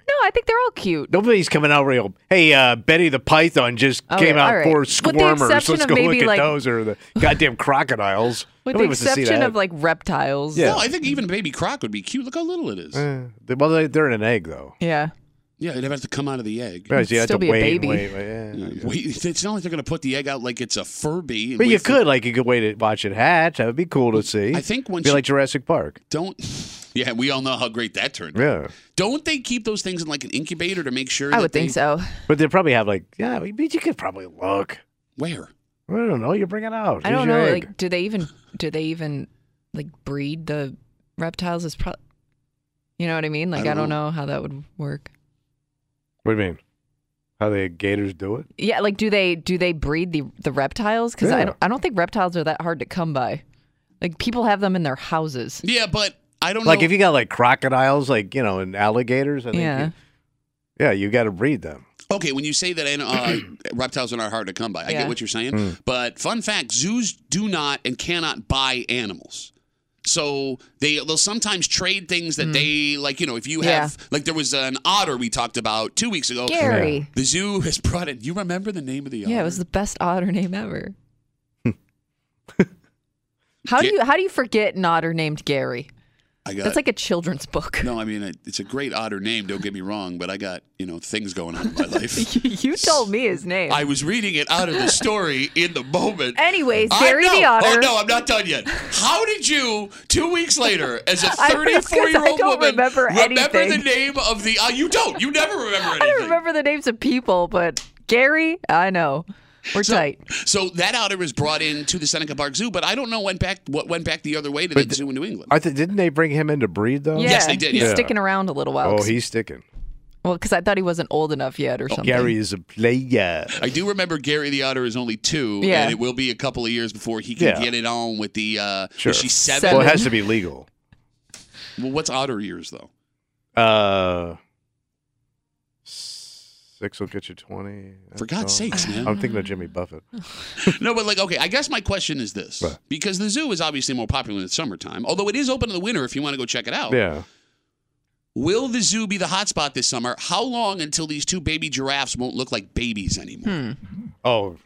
Speaker 4: No, I think they're all cute.
Speaker 3: Nobody's coming out real. Hey, uh, Betty the Python just
Speaker 4: Oh,
Speaker 3: came
Speaker 4: yeah,
Speaker 3: out
Speaker 4: all right.
Speaker 3: for
Speaker 4: With the
Speaker 3: squirmers. Let's
Speaker 4: exception
Speaker 3: go
Speaker 4: of maybe,
Speaker 3: look at
Speaker 4: like-
Speaker 3: those or the goddamn crocodiles.
Speaker 4: With
Speaker 3: Nobody
Speaker 4: the
Speaker 3: wants to see
Speaker 4: exception
Speaker 3: that.
Speaker 4: of like reptiles.
Speaker 3: Yeah.
Speaker 2: No, Oh, I think even a baby croc would be cute. Look how little it is.
Speaker 3: Eh, they- well, they- they're in an egg though.
Speaker 4: Yeah.
Speaker 2: Yeah, it'd have to come out of the egg.
Speaker 3: Right, so you have to
Speaker 4: Still be a
Speaker 3: wait,
Speaker 4: baby.
Speaker 3: wait, wait, yeah.
Speaker 2: Wait, it's not like they're going to put the egg out like it's a Furby. and
Speaker 3: But
Speaker 2: wait
Speaker 3: you
Speaker 2: for-
Speaker 3: could, like, you could wait to watch it hatch. That would be cool to see.
Speaker 2: I think once
Speaker 3: be
Speaker 2: you-
Speaker 3: like Jurassic Park.
Speaker 2: Don't. Yeah, we all know how great that turned. out.
Speaker 3: Yeah.
Speaker 2: Don't they keep those things in like an incubator to make sure?
Speaker 4: I
Speaker 2: that
Speaker 4: would think
Speaker 2: they-
Speaker 4: so.
Speaker 3: But they probably have like, yeah, I mean, you could probably look.
Speaker 2: Where?
Speaker 3: I don't know. You bring it out.
Speaker 4: I
Speaker 3: Here's
Speaker 4: don't
Speaker 3: your
Speaker 4: know.
Speaker 3: egg.
Speaker 4: Like, do they even do they even like breed the reptiles? Is pro- you know what I mean? Like, I don't, know. how that would work.
Speaker 3: what do you mean? How the gators do it?
Speaker 4: Yeah, like do they do they breed the the reptiles? Because
Speaker 3: Yeah.
Speaker 4: I don't I don't think reptiles are that hard to come by. Like people have them in their houses.
Speaker 2: Yeah, but I don't
Speaker 3: Like
Speaker 2: know.
Speaker 3: if you got like crocodiles, like you know, and alligators. I think
Speaker 4: Yeah.
Speaker 3: You, yeah, you got to breed them.
Speaker 2: okay, when you say that and, uh, reptiles are not hard to come by, I
Speaker 4: Yeah.
Speaker 2: get what you're saying.
Speaker 3: Hmm.
Speaker 2: But fun fact: zoos do not and cannot buy animals. So they they'll sometimes trade things that they like. You know, if you
Speaker 4: Hmm. Yeah.
Speaker 2: have like there was an otter we talked about two weeks ago.
Speaker 4: Gary.
Speaker 2: The zoo has brought it. You remember the name of the
Speaker 4: Yeah.
Speaker 2: otter?
Speaker 4: it was the best otter name ever. how do
Speaker 2: Ga-
Speaker 4: you how do you forget an otter named Gary?
Speaker 2: I got
Speaker 4: That's like a children's book.
Speaker 2: no. I mean, it- it's a great otter name. Don't get me wrong, but I got you know things going on in my life.
Speaker 4: you told me his name.
Speaker 2: I was reading it out of the story in the moment.
Speaker 4: Anyways,
Speaker 2: I
Speaker 4: Barry the
Speaker 2: know.
Speaker 4: Otter.
Speaker 2: Oh no, I'm not done yet. How did you, two weeks later, as a
Speaker 4: I-
Speaker 2: 34 year old
Speaker 4: I don't
Speaker 2: woman,
Speaker 4: remember
Speaker 2: the
Speaker 4: anything.
Speaker 2: name of the? Uh, you don't. You never remember anything.
Speaker 4: I don't remember the names of people, but Gary, I know. We're tight.
Speaker 2: So that otter was brought in to the Seneca Park Zoo, but I don't know went back what went back the other way to the zoo in New England.
Speaker 3: I th- didn't they bring him in to breed though?
Speaker 4: Yeah,
Speaker 2: Yes, they did,
Speaker 4: He's
Speaker 2: yeah.
Speaker 4: sticking around a little while.
Speaker 3: Oh,
Speaker 4: 'cause-
Speaker 3: he's sticking.
Speaker 4: well, because I thought he wasn't old enough yet
Speaker 2: Oh,
Speaker 4: or something.
Speaker 3: Gary is a player.
Speaker 2: I do remember Gary the Otter is only two,
Speaker 4: Yeah.
Speaker 2: and it will be a couple of years before he can
Speaker 3: Yeah.
Speaker 2: get it on with the. Uh, was
Speaker 3: Sure.
Speaker 2: she seven?
Speaker 3: Well,
Speaker 4: Seven.
Speaker 3: it has to be legal.
Speaker 2: Well, what's otter years though?
Speaker 3: Uh, six will get you twenty.
Speaker 2: For God's
Speaker 3: That's all.
Speaker 2: sakes, man.
Speaker 3: I'm thinking of Jimmy Buffett.
Speaker 2: No, but like, okay, I guess my question is this:
Speaker 3: What?
Speaker 2: because the zoo is obviously more popular in the summertime, although it is open in the winter if you want to go check it out.
Speaker 3: Yeah.
Speaker 2: Will the zoo be the hotspot this summer? How long until these two baby giraffes won't look like babies anymore?
Speaker 3: Oh,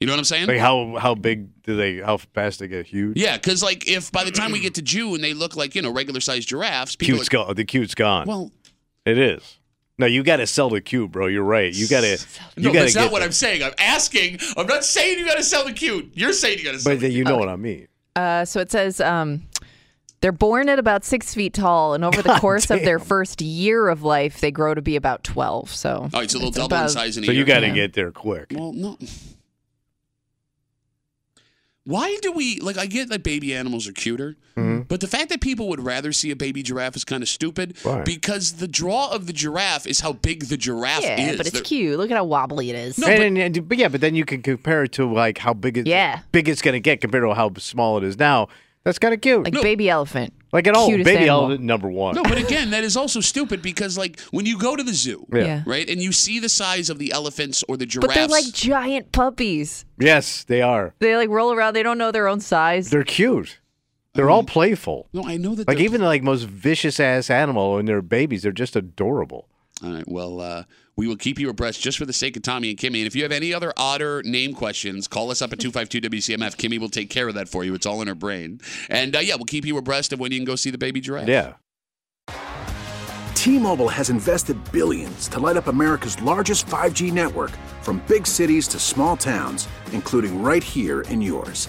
Speaker 2: You know what I'm saying?
Speaker 3: like how how big do they? How fast they get huge?
Speaker 2: Yeah, because like if by the time we get to June they look like you know regular sized giraffes, people
Speaker 3: Cute's
Speaker 2: are,
Speaker 3: gone. The cute's gone.
Speaker 2: well,
Speaker 3: it is. No, you got to sell the cute, bro. You're right. You got to.
Speaker 2: no,
Speaker 3: You got
Speaker 2: that's
Speaker 3: to
Speaker 2: not
Speaker 3: get.
Speaker 2: what I'm saying. I'm asking. I'm not saying you got to sell the cute. You're saying you got to sell.
Speaker 3: But
Speaker 2: the
Speaker 3: you know what I mean.
Speaker 4: Uh, so it says um, they're born at about six feet tall, and over the course of their first year of life, they grow to be about twelve. So,
Speaker 2: All right, so they'll
Speaker 4: it's
Speaker 2: double in
Speaker 4: about-
Speaker 2: size in a
Speaker 3: So
Speaker 2: year.
Speaker 3: you got to
Speaker 4: Yeah.
Speaker 3: get there quick.
Speaker 2: Well, no. Why do we like? I get that baby animals are cuter,
Speaker 3: Mm-hmm.
Speaker 2: but the fact that people would rather see a baby giraffe is kind of stupid.
Speaker 3: Why?
Speaker 2: Because the draw of the giraffe is how big the giraffe
Speaker 4: Yeah,
Speaker 2: is.
Speaker 4: but it's
Speaker 2: They're-
Speaker 4: cute. Look at how wobbly it is.
Speaker 2: No,
Speaker 3: and,
Speaker 2: but-
Speaker 3: and- and- but yeah, but then you can compare it to like how big it,
Speaker 4: Yeah.
Speaker 3: big it's gonna get compared to how small it is now. That's kind of cute.
Speaker 4: Like
Speaker 3: Like,
Speaker 4: baby elephant.
Speaker 3: an old
Speaker 4: Cutest
Speaker 3: baby
Speaker 4: animal.
Speaker 3: elephant number one.
Speaker 2: No, but again, that is also stupid because like when you go to the zoo,
Speaker 3: Yeah.
Speaker 4: Yeah.
Speaker 2: right, and you see the size of the elephants or the giraffes.
Speaker 4: But they're like giant puppies.
Speaker 3: yes, they are.
Speaker 4: They like roll around. They don't know their own size.
Speaker 3: They're cute. They're all playful.
Speaker 2: no, I know that.
Speaker 3: Like
Speaker 2: they're-
Speaker 3: even the, like most vicious ass animal and their babies, they're just adorable.
Speaker 2: All right. Well, uh, we will keep you abreast just for the sake of Tommy and Kimmy. And if you have any other otter name questions, call us up at 252-WCMF. Kimmy will take care of that for you. It's all in her brain. And uh, yeah, we'll keep you abreast of when you can go see the baby giraffe.
Speaker 3: Yeah.
Speaker 9: T-Mobile has invested billions to light up America's largest 5G network from big cities to small towns, including right here in yours.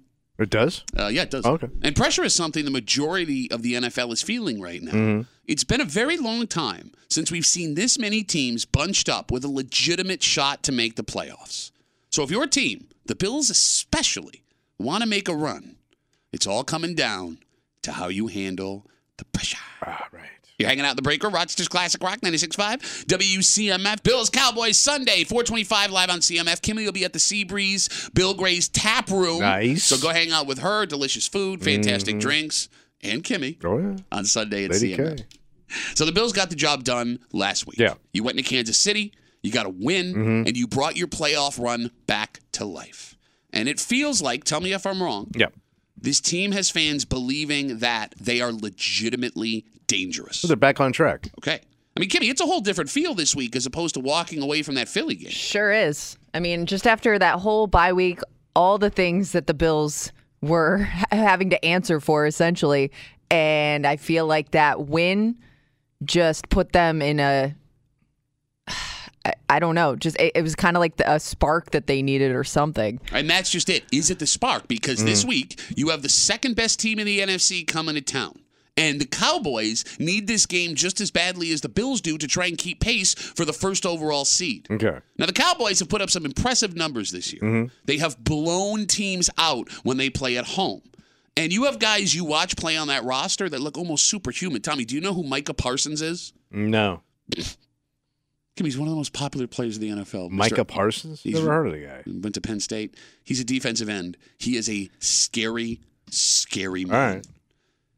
Speaker 3: It does?
Speaker 2: Uh, yeah, it does.
Speaker 3: Okay.
Speaker 2: And pressure is something the majority of the NFL is feeling right now. It's been a very long time since we've seen this many teams bunched up with a legitimate shot to make the playoffs. So if your team, the Bills especially, want to make a run, it's all coming down to how you handle the pressure.
Speaker 3: Ah, right.
Speaker 2: You're hanging out in the breaker, Rochester's Classic Rock 96.5, WCMF, Bills Cowboys Sunday, 425 live on CMF. Kimmy will be at the Seabreeze, Bill Gray's Tap Room.
Speaker 3: Nice.
Speaker 2: So go hang out with her, delicious food, fantastic drinks, and Kimmy
Speaker 3: Oh yeah.
Speaker 2: on Sunday at
Speaker 3: Lady
Speaker 2: CMF.
Speaker 3: K.
Speaker 2: So the Bills got the job done last week.
Speaker 3: Yeah. Mm-hmm.
Speaker 2: You went into Kansas City, you got a win, and you brought your playoff run back to life. And it feels like, tell me if I'm wrong,
Speaker 3: Yeah.
Speaker 2: this team has fans believing that they are legitimately dangerous.
Speaker 3: So they're back on track.
Speaker 2: Okay. I mean, Kimmy, it's a whole different feel this week as opposed to walking away from that Philly game.
Speaker 4: Sure is. I mean, just after that whole bye week, all the things that the Bills were having to answer for essentially, and I feel like that win just put them in a I, I don't know, just it, it was kind of like the, a spark that they needed or something.
Speaker 2: And that's just it. Is it the spark? Because this
Speaker 4: Mm.
Speaker 2: week you have the second best team in the NFC coming to town. And the Cowboys need this game just as badly as the Bills do to try and keep pace for the first overall seed.
Speaker 3: Okay.
Speaker 2: Now, the Cowboys have put up some impressive numbers this year.
Speaker 3: Mhm.
Speaker 2: They have blown teams out when they play at home. And you have guys you watch play on that roster that look almost superhuman. Tommy, do you know who Micah Parsons is?
Speaker 3: No.
Speaker 2: Kim, he's one of the most popular players in the NFL. Mr.
Speaker 3: Micah Parsons?
Speaker 2: He's- Mm-hmm.
Speaker 3: Never heard of the guy.
Speaker 2: Went to Penn State. He's a defensive end. He is a scary, scary man.
Speaker 3: All right.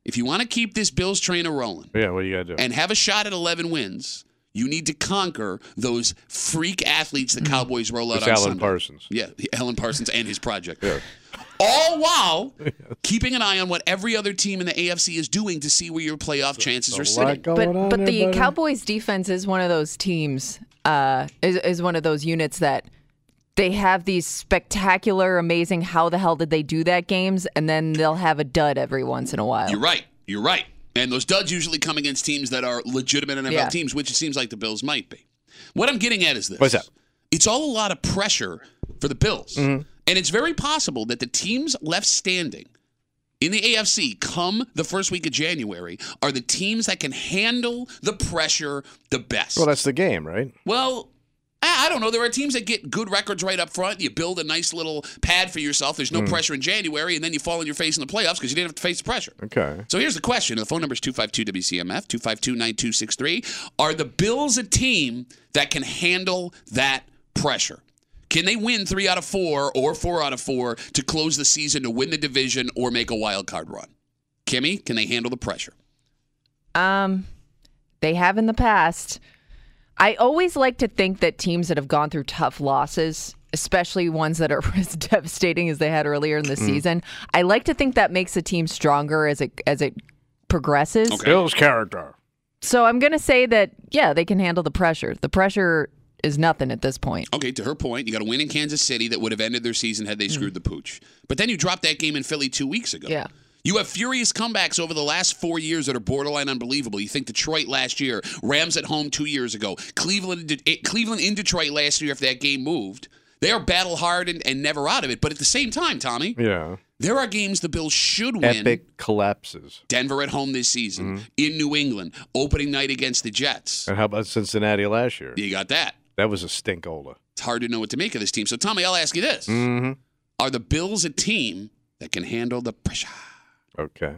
Speaker 2: If you want to keep this Bills train a rolling
Speaker 3: Yeah, what do you got to do?
Speaker 2: and have a shot at 11 wins, you need to conquer those freak athletes the Cowboys roll out
Speaker 3: It's
Speaker 2: on
Speaker 3: Alan
Speaker 2: Sunday.
Speaker 3: Parsons.
Speaker 2: Yeah, Alan Parsons and his project. All while keeping an eye on what every other team in the AFC is doing to see where your playoff chances are sitting.
Speaker 4: but but the Cowboys defense is one of those teams uh, is is one of those units that they have these spectacular, amazing. How the hell did they do that? Games, and then they'll have a dud every once in a while.
Speaker 2: You're right. You're right. And those duds usually come against teams that are legitimate NFL
Speaker 4: Yeah.
Speaker 2: teams, which it seems like the Bills might be. What I'm getting at is this.
Speaker 3: What's up?
Speaker 2: It's all a lot of pressure for the Bills.
Speaker 3: Mhm.
Speaker 2: And it's very possible that the teams left standing in the AFC come the first week of January are the teams that can handle the pressure the best.
Speaker 3: Well, that's the game, right?
Speaker 2: Well, I I don't know. There are teams that get good records right up front. You build a nice little pad for yourself. There's no
Speaker 3: Mm.
Speaker 2: pressure in January, and then you fall on your face in the playoffs because you didn't have to face the pressure.
Speaker 3: Okay.
Speaker 2: So here's the question. The phone number is 252-WCMF, 252-9263. Are the Bills a team that can handle that pressure? Can they win three out of four or four out of four to close the season to win the division or make a wild card run? Kimmy, can they handle the pressure?
Speaker 4: Um, they have in the past. I always like to think that teams that have gone through tough losses, especially ones that are as devastating as they had earlier in the
Speaker 3: Mm.
Speaker 4: season, I like to think that makes a team stronger as it as it progresses.
Speaker 3: Bill's character.
Speaker 4: So I'm gonna say that yeah, they can handle the pressure. The pressure is nothing at this point.
Speaker 10: Oh
Speaker 2: Okay, to her point, you got a win in Kansas City that would have ended their season had they screwed the pooch. But then you dropped that game in Philly two weeks ago.
Speaker 4: Yeah.
Speaker 2: You have furious comebacks over the last four years that are borderline unbelievable. You think Detroit last year, Rams at home two years ago, Cleveland, eh, Cleveland in Detroit last year after that game moved. They are battle hardened and never out of it. But at the same time, Tommy,
Speaker 3: Yeah.
Speaker 2: there are games the Bills should win.
Speaker 3: Epic collapses.
Speaker 2: Denver at home this season, in New England, opening night against the Jets.
Speaker 3: And how about Cincinnati last year?
Speaker 2: You got that.
Speaker 3: That was a stinkola.
Speaker 2: It's hard to know what to make of this team. So, Tommy, I'll ask you this.
Speaker 3: Mm-hmm.
Speaker 2: Are the Bills a team that can handle the pressure?
Speaker 3: Okay.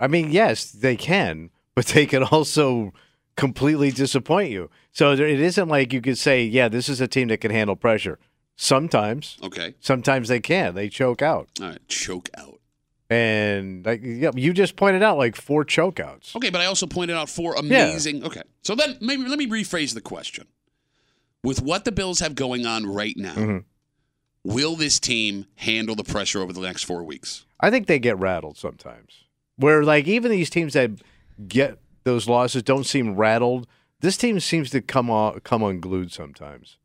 Speaker 3: I mean, yes, they can, but they can also completely disappoint you. So there, it isn't like you could say, yeah, this is a team that can handle pressure. Sometimes,
Speaker 2: Okay.
Speaker 3: sometimes they can. They choke out.
Speaker 2: All right. Choke out.
Speaker 3: And like yeah, you just pointed out like four chokeouts.
Speaker 2: Okay, but I also pointed out four
Speaker 3: Yeah.
Speaker 2: amazing. Okay. So then maybe let me rephrase the question. With what the Bills have going on right now,
Speaker 3: Mhm.
Speaker 2: will this team handle the pressure over the next four weeks?
Speaker 3: I think they get rattled sometimes. Where like even these teams that get those losses don't seem rattled. This team seems to come on, come unglued sometimes.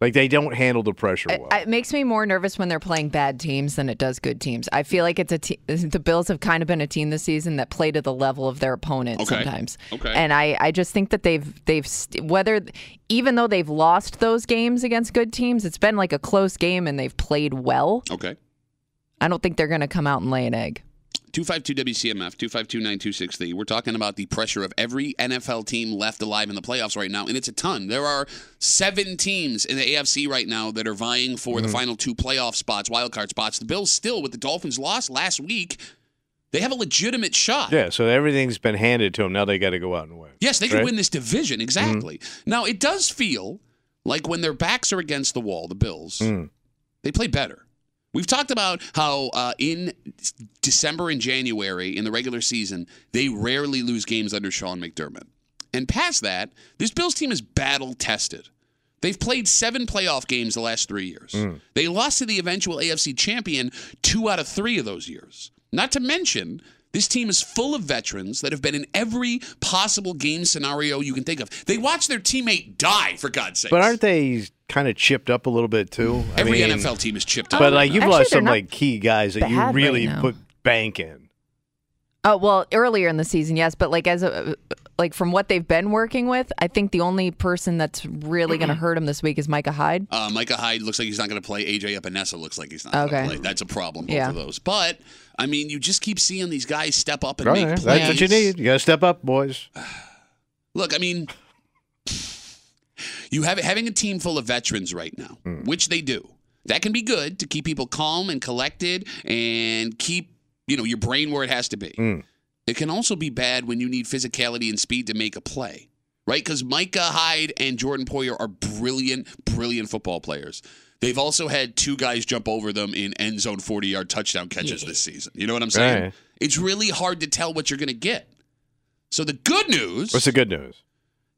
Speaker 3: Like they don't handle the pressure well.
Speaker 4: I- It makes me more nervous when they're playing bad teams than it does good teams. I feel like it's a te- the Bills have kind of been a team this season that play to the level of their opponent
Speaker 10: Okay.
Speaker 4: sometimes.
Speaker 10: Okay.
Speaker 4: And I, I just think that they've they've st- whether even though they've lost those games against good teams, it's been like a close game and they've played well.
Speaker 2: Okay.
Speaker 4: I don't think they're going to come out and lay an egg.
Speaker 2: 252-WCMF, 252-9263. We're talking about the pressure of every NFL team left alive in the playoffs right now, and it's a ton. There are seven teams in the AFC right now that are vying for
Speaker 3: Mm-hmm.
Speaker 2: the final two playoff spots, wild card spots. The Bills still, with the Dolphins loss last week, they have a legitimate shot.
Speaker 3: yeah, so everything's been handed to them. Now they got to go out and win.
Speaker 2: Yes, they can
Speaker 3: Right? Mm-hmm.
Speaker 2: win this division. Exactly. Now, it does feel like when their backs are against the wall, the Bills,
Speaker 3: Mm.
Speaker 2: they play better. We've talked about how uh, in December and January in the regular season, they rarely lose games under Sean McDermott. And past that, this Bills team is battle tested. They've played seven playoff games the last three years.
Speaker 3: Mm.
Speaker 2: They lost to the eventual AFC champion two out of three of those years. Not to mention, This team is full of veterans that have been in every possible game scenario you can think of. They watch their teammate die, for God's sake.
Speaker 3: But aren't they kind of chipped up a little bit too?
Speaker 2: Every NFL team is chipped up
Speaker 3: But
Speaker 2: right
Speaker 3: like
Speaker 2: now.
Speaker 3: you've
Speaker 2: Actually,
Speaker 3: lost
Speaker 2: they're
Speaker 3: some
Speaker 2: not
Speaker 3: like key guys that
Speaker 4: bad
Speaker 3: you
Speaker 4: right
Speaker 3: really
Speaker 4: now.
Speaker 3: put bank in.
Speaker 4: Oh well, earlier in the season, yes, but like as a like from what they've been working with, I think the only person that's really going to hurt him this week is Micah Hyde.
Speaker 2: Uh, Micah Hyde looks like he's not going to play. AJ Epinesa looks like he's not going
Speaker 4: Okay.
Speaker 2: to play. That's a problem, both
Speaker 4: Yeah.
Speaker 2: of those. But, I mean, you just keep seeing these guys step up and
Speaker 3: All
Speaker 2: make
Speaker 3: right,
Speaker 2: plays.
Speaker 3: that's what you need. You got to step up, boys.
Speaker 2: Look, I mean, you have having a team full of veterans right now,
Speaker 3: Hmm.
Speaker 2: which they do. That can be good to keep people calm and collected and keep, you know, your brain where it has to be.
Speaker 3: Hmm.
Speaker 2: It can also be bad when you need physicality and speed to make a play, right? Because Micah Hyde and Jordan Poyer are brilliant, brilliant football players. They've also had two guys jump over them in end zone 40 yard touchdown catches this season. You know what I'm saying?
Speaker 3: Right.
Speaker 2: It's really hard to tell what you're going to get. So the good news
Speaker 3: What's the good news?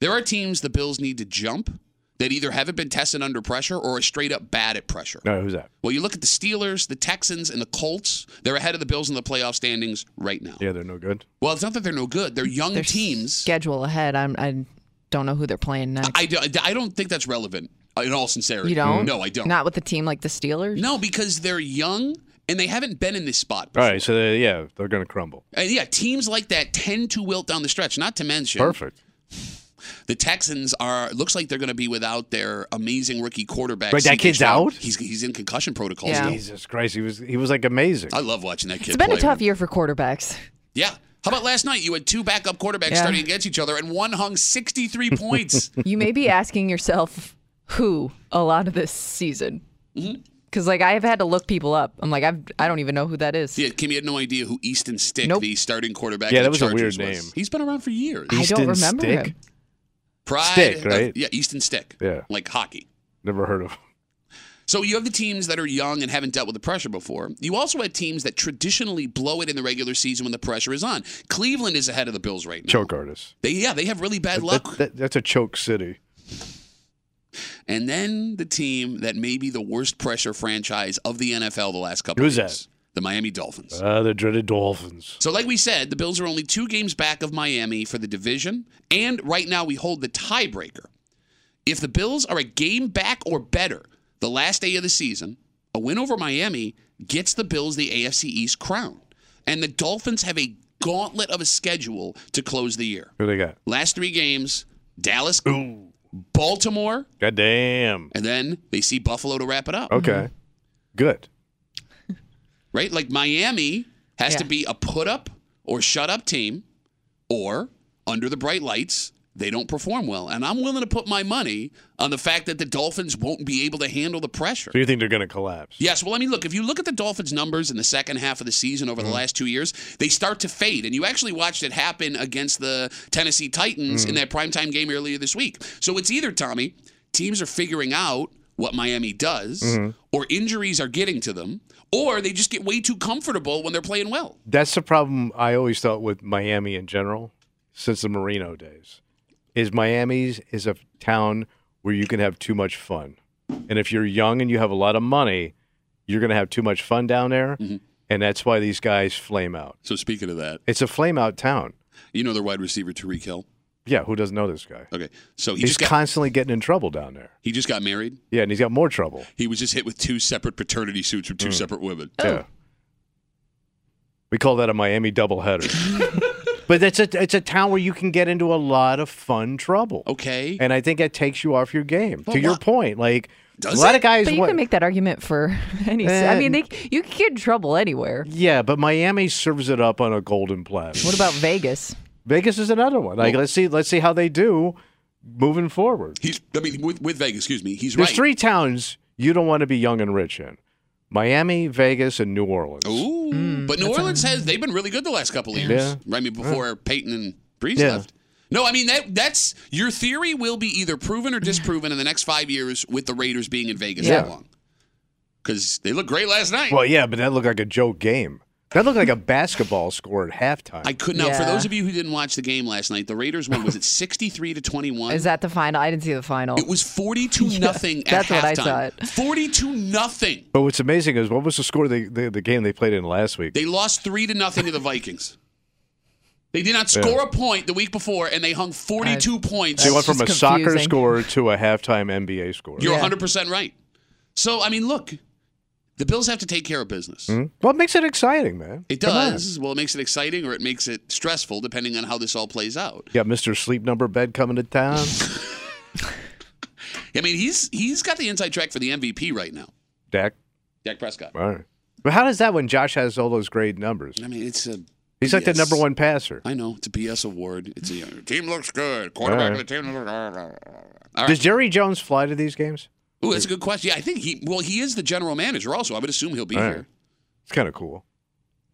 Speaker 2: there are teams the Bills need to jump that either haven't been tested under pressure or are straight up bad at pressure.
Speaker 3: No, who's that?
Speaker 2: Well, you look at the Steelers, the Texans, and the Colts. They're ahead of the Bills in the playoff standings right now.
Speaker 3: Yeah, they're no good.
Speaker 2: Well, it's not that they're no good. They're young
Speaker 4: Their
Speaker 2: teams.
Speaker 4: schedule ahead. I'm, I don't know who they're playing next.
Speaker 2: I, do, I don't think that's relevant uh, in all sincerity.
Speaker 4: you don't?
Speaker 2: No, I don't.
Speaker 4: Not with a team like the Steelers.
Speaker 2: No, because they're young and they haven't been in this spot.
Speaker 3: All right, so they- yeah, they're going to crumble.
Speaker 2: And yeah, teams like that tend to wilt down the stretch. Not to mention,
Speaker 3: Perfect.
Speaker 2: The Texans are looks like they're going to be without their amazing rookie quarterback.
Speaker 3: Right, that
Speaker 2: CJ
Speaker 3: kid's
Speaker 2: Stroud.
Speaker 3: out?
Speaker 2: He's he's in concussion protocol.
Speaker 4: Yeah.
Speaker 2: still.
Speaker 3: Jesus Christ, he was he was like amazing.
Speaker 2: I love watching that kid.
Speaker 4: it's been
Speaker 2: play.
Speaker 4: a tough year for quarterbacks.
Speaker 2: Yeah. How about last night? You had two backup quarterbacks
Speaker 4: Yeah.
Speaker 2: starting against each other, and one hung 63 points.
Speaker 4: you may be asking yourself who a lot of this season.
Speaker 2: Mm-hmm.
Speaker 4: Because like I've had to look people up. I'm like I've I don't even know who that is.
Speaker 2: yeah, Kimmy had no no idea who Easton Stick, the starting quarterback.
Speaker 3: Yeah,
Speaker 2: of
Speaker 3: that
Speaker 2: the
Speaker 3: was a
Speaker 2: Chargers
Speaker 3: weird
Speaker 2: was.
Speaker 3: name.
Speaker 2: He's been around for years.
Speaker 4: I don't
Speaker 3: Easton
Speaker 4: remember
Speaker 3: Stick?
Speaker 4: him.
Speaker 2: Pride,
Speaker 3: Stick, right?
Speaker 2: yeah, Easton Stick.
Speaker 3: Yeah.
Speaker 2: Like hockey.
Speaker 3: Never heard of him.
Speaker 2: So you have the teams that are young and haven't dealt with the pressure before. You also had teams that traditionally blow it in the regular season when the pressure is on. Cleveland is ahead of the Bills right now.
Speaker 3: Choke artist.
Speaker 2: They yeah, they have really bad
Speaker 3: That-
Speaker 2: luck.
Speaker 3: that- that's a choke city.
Speaker 2: And then the team that may be the worst pressure franchise of the NFL the last couple
Speaker 3: Who's
Speaker 2: of years. The Miami Dolphins.
Speaker 3: Uh, the dreaded Dolphins.
Speaker 2: So, like we said, the Bills are only two games back of Miami for the division, and right now we hold the tiebreaker. If the Bills are a game back or better the last day of the season, a win over Miami gets the Bills the AFC East crown. And the Dolphins have a gauntlet of a schedule to close the year.
Speaker 3: Who they got?
Speaker 2: Last three games Dallas, Baltimore,
Speaker 3: God damn.
Speaker 2: and then they see Buffalo to wrap it up.
Speaker 3: Okay.
Speaker 2: Mm-hmm.
Speaker 3: Good.
Speaker 2: right? Like Miami has
Speaker 4: Yeah.
Speaker 2: to be a put up or shut up team, or under the bright lights, they don't perform well. And I'm willing to put my money on the fact that the Dolphins won't be able to handle the pressure.
Speaker 3: So you think they're going to collapse?
Speaker 2: Yes, well, I mean, look, if you look at the Dolphins' numbers in the second half of the season over the
Speaker 3: Mm-hmm.
Speaker 2: last two years, they start to fade. And you actually watched it happen against the Tennessee Titans
Speaker 3: Mm-hmm.
Speaker 2: in that primetime game earlier this week. So it's either, Tommy, teams are figuring out what Miami does,
Speaker 3: Mm-hmm.
Speaker 2: or injuries are getting to them, or they just get way too comfortable when they're playing well.
Speaker 3: That's the problem I always thought with Miami in general since the Marino days. Is Miami's is a town where you can have too much fun. And if you're young and you have a lot of money, you're going to have too much fun down there,
Speaker 2: Mm-hmm.
Speaker 3: and that's why these guys flame out.
Speaker 2: So speaking of that,
Speaker 3: It's a flame out town.
Speaker 2: you know their wide receiver Tariq Hill.
Speaker 3: Yeah, who doesn't know this guy?
Speaker 2: Okay, so he
Speaker 3: He's
Speaker 2: just got
Speaker 3: constantly getting in trouble down there.
Speaker 2: he just got married.
Speaker 3: Yeah, and he's got more trouble.
Speaker 2: He was just hit with two separate paternity suits from two separate women.
Speaker 3: Mm. Yeah. We call that a Miami doubleheader. but that's a it's a town where you can get into a lot of fun trouble.
Speaker 2: Okay.
Speaker 3: And I think that takes you off your game.
Speaker 2: But
Speaker 3: to your
Speaker 2: what-
Speaker 3: point, like
Speaker 2: Does
Speaker 3: a lot
Speaker 2: it?
Speaker 3: of guys
Speaker 4: But you
Speaker 3: wa-
Speaker 4: can make that argument for any. I
Speaker 3: Uh,
Speaker 4: mean, they, you can get in trouble anywhere.
Speaker 3: Yeah, but Miami serves it up on a golden platter.
Speaker 4: What about Vegas?
Speaker 3: Vegas is another one. Like let's see let's see how they do moving forward.
Speaker 2: He's I mean with, with Vegas, excuse me. He's
Speaker 3: There's
Speaker 2: right.
Speaker 3: three towns you don't want to be young and rich in. Miami, Vegas, and New Orleans.
Speaker 2: Ooh,
Speaker 3: Mm,
Speaker 2: but New Orleans has they've been really good the last couple of years.
Speaker 3: Yeah.
Speaker 2: Right, I mean before Peyton and Breeze
Speaker 3: Yeah.
Speaker 2: left. No, I mean that that's your theory will be either proven or disproven in the next five years with the Raiders being in Vegas that
Speaker 3: Yeah.
Speaker 2: long. Because they looked great last night.
Speaker 3: Well, yeah, but that looked like a joke game. That looked like a basketball score at halftime.
Speaker 2: I could not. For
Speaker 4: Yeah.
Speaker 2: those of you who didn't watch the game last night, the Raiders won. Was it sixty-three to twenty-one?
Speaker 4: Is that the final? I didn't see the final.
Speaker 2: It was forty-two nothing at
Speaker 4: that's what I
Speaker 2: halftime.
Speaker 4: thought.
Speaker 2: Forty-two nothing.
Speaker 3: But what's amazing is what was the score of the, the, the game they played in last week?
Speaker 2: They lost three to nothing to the Vikings. They did not
Speaker 3: Yeah.
Speaker 2: score a point the week before, and they hung 42 points.
Speaker 3: They went from a soccer score to a halftime NBA score.
Speaker 2: You're 100% right. So, I mean, look, the Bills have to take care of business.
Speaker 3: Mhm. What makes it exciting, man?
Speaker 2: It
Speaker 3: Come on.
Speaker 2: does. Well, it makes it exciting or it makes it stressful, depending on how this all plays out.
Speaker 3: You got Mr. Sleep Number Bed coming to town.
Speaker 2: I mean, he's he's got the inside track for the MVP right now,
Speaker 3: Dak.
Speaker 2: Dak Prescott.
Speaker 3: All right. But how does that when Josh has all those great numbers?
Speaker 2: I mean, it's a.
Speaker 3: He's like the
Speaker 2: BS.
Speaker 3: number one passer.
Speaker 2: I know. It's a BS award. It's a you know, team looks good. Quarterback
Speaker 3: All
Speaker 2: of the team. All
Speaker 3: Does
Speaker 2: right.
Speaker 3: Jerry Jones fly to these games?
Speaker 2: Ooh, that's a good question. Yeah, I think he. Well, he is the general manager. Also, I would assume he'll be
Speaker 3: All right.
Speaker 2: here.
Speaker 3: It's kind of cool.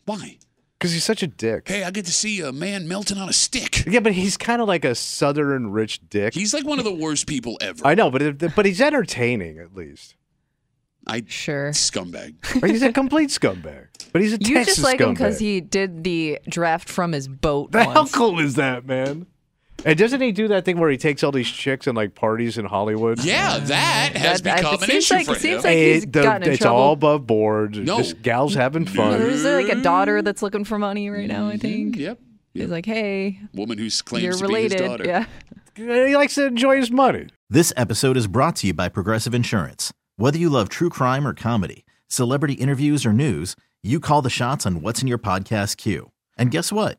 Speaker 2: Why?
Speaker 3: Because he's such a dick.
Speaker 2: Hey, I get to see a man melting on a stick.
Speaker 3: Yeah, but he's kind of like a southern rich dick.
Speaker 2: He's like one of the worst people ever.
Speaker 3: I know, but it- but he's entertaining at least.
Speaker 2: I
Speaker 4: sure
Speaker 2: scumbag.
Speaker 3: He's a complete scumbag. But he's a
Speaker 4: You
Speaker 3: Texas
Speaker 4: just like him because
Speaker 3: scumbag.
Speaker 4: he did the draft from his boat.
Speaker 3: How
Speaker 4: once.
Speaker 3: cool is that, man? And doesn't he do that thing where he takes all these chicks and like parties in Hollywood?
Speaker 2: Yeah, that has
Speaker 4: That- I-
Speaker 2: become
Speaker 4: it
Speaker 2: an
Speaker 4: seems
Speaker 2: issue
Speaker 4: like-
Speaker 2: for
Speaker 4: it seems
Speaker 2: him.
Speaker 4: like he's gotten in
Speaker 3: it's
Speaker 4: trouble.
Speaker 3: all above board.
Speaker 2: No.
Speaker 3: Just gals having
Speaker 4: Or
Speaker 3: fun.
Speaker 4: is there like a daughter that's looking for money right now? I
Speaker 3: Mm-hmm.
Speaker 4: think.
Speaker 2: Yep.
Speaker 4: He's like, hey,
Speaker 2: Woman who claims
Speaker 4: you're
Speaker 2: to
Speaker 4: related.
Speaker 2: be his daughter.
Speaker 4: Yeah.
Speaker 3: He likes to enjoy his money.
Speaker 7: This episode is brought to you by Progressive Insurance. Whether you love true crime or comedy, celebrity interviews or news, you call the shots on what's in your podcast queue. And guess what?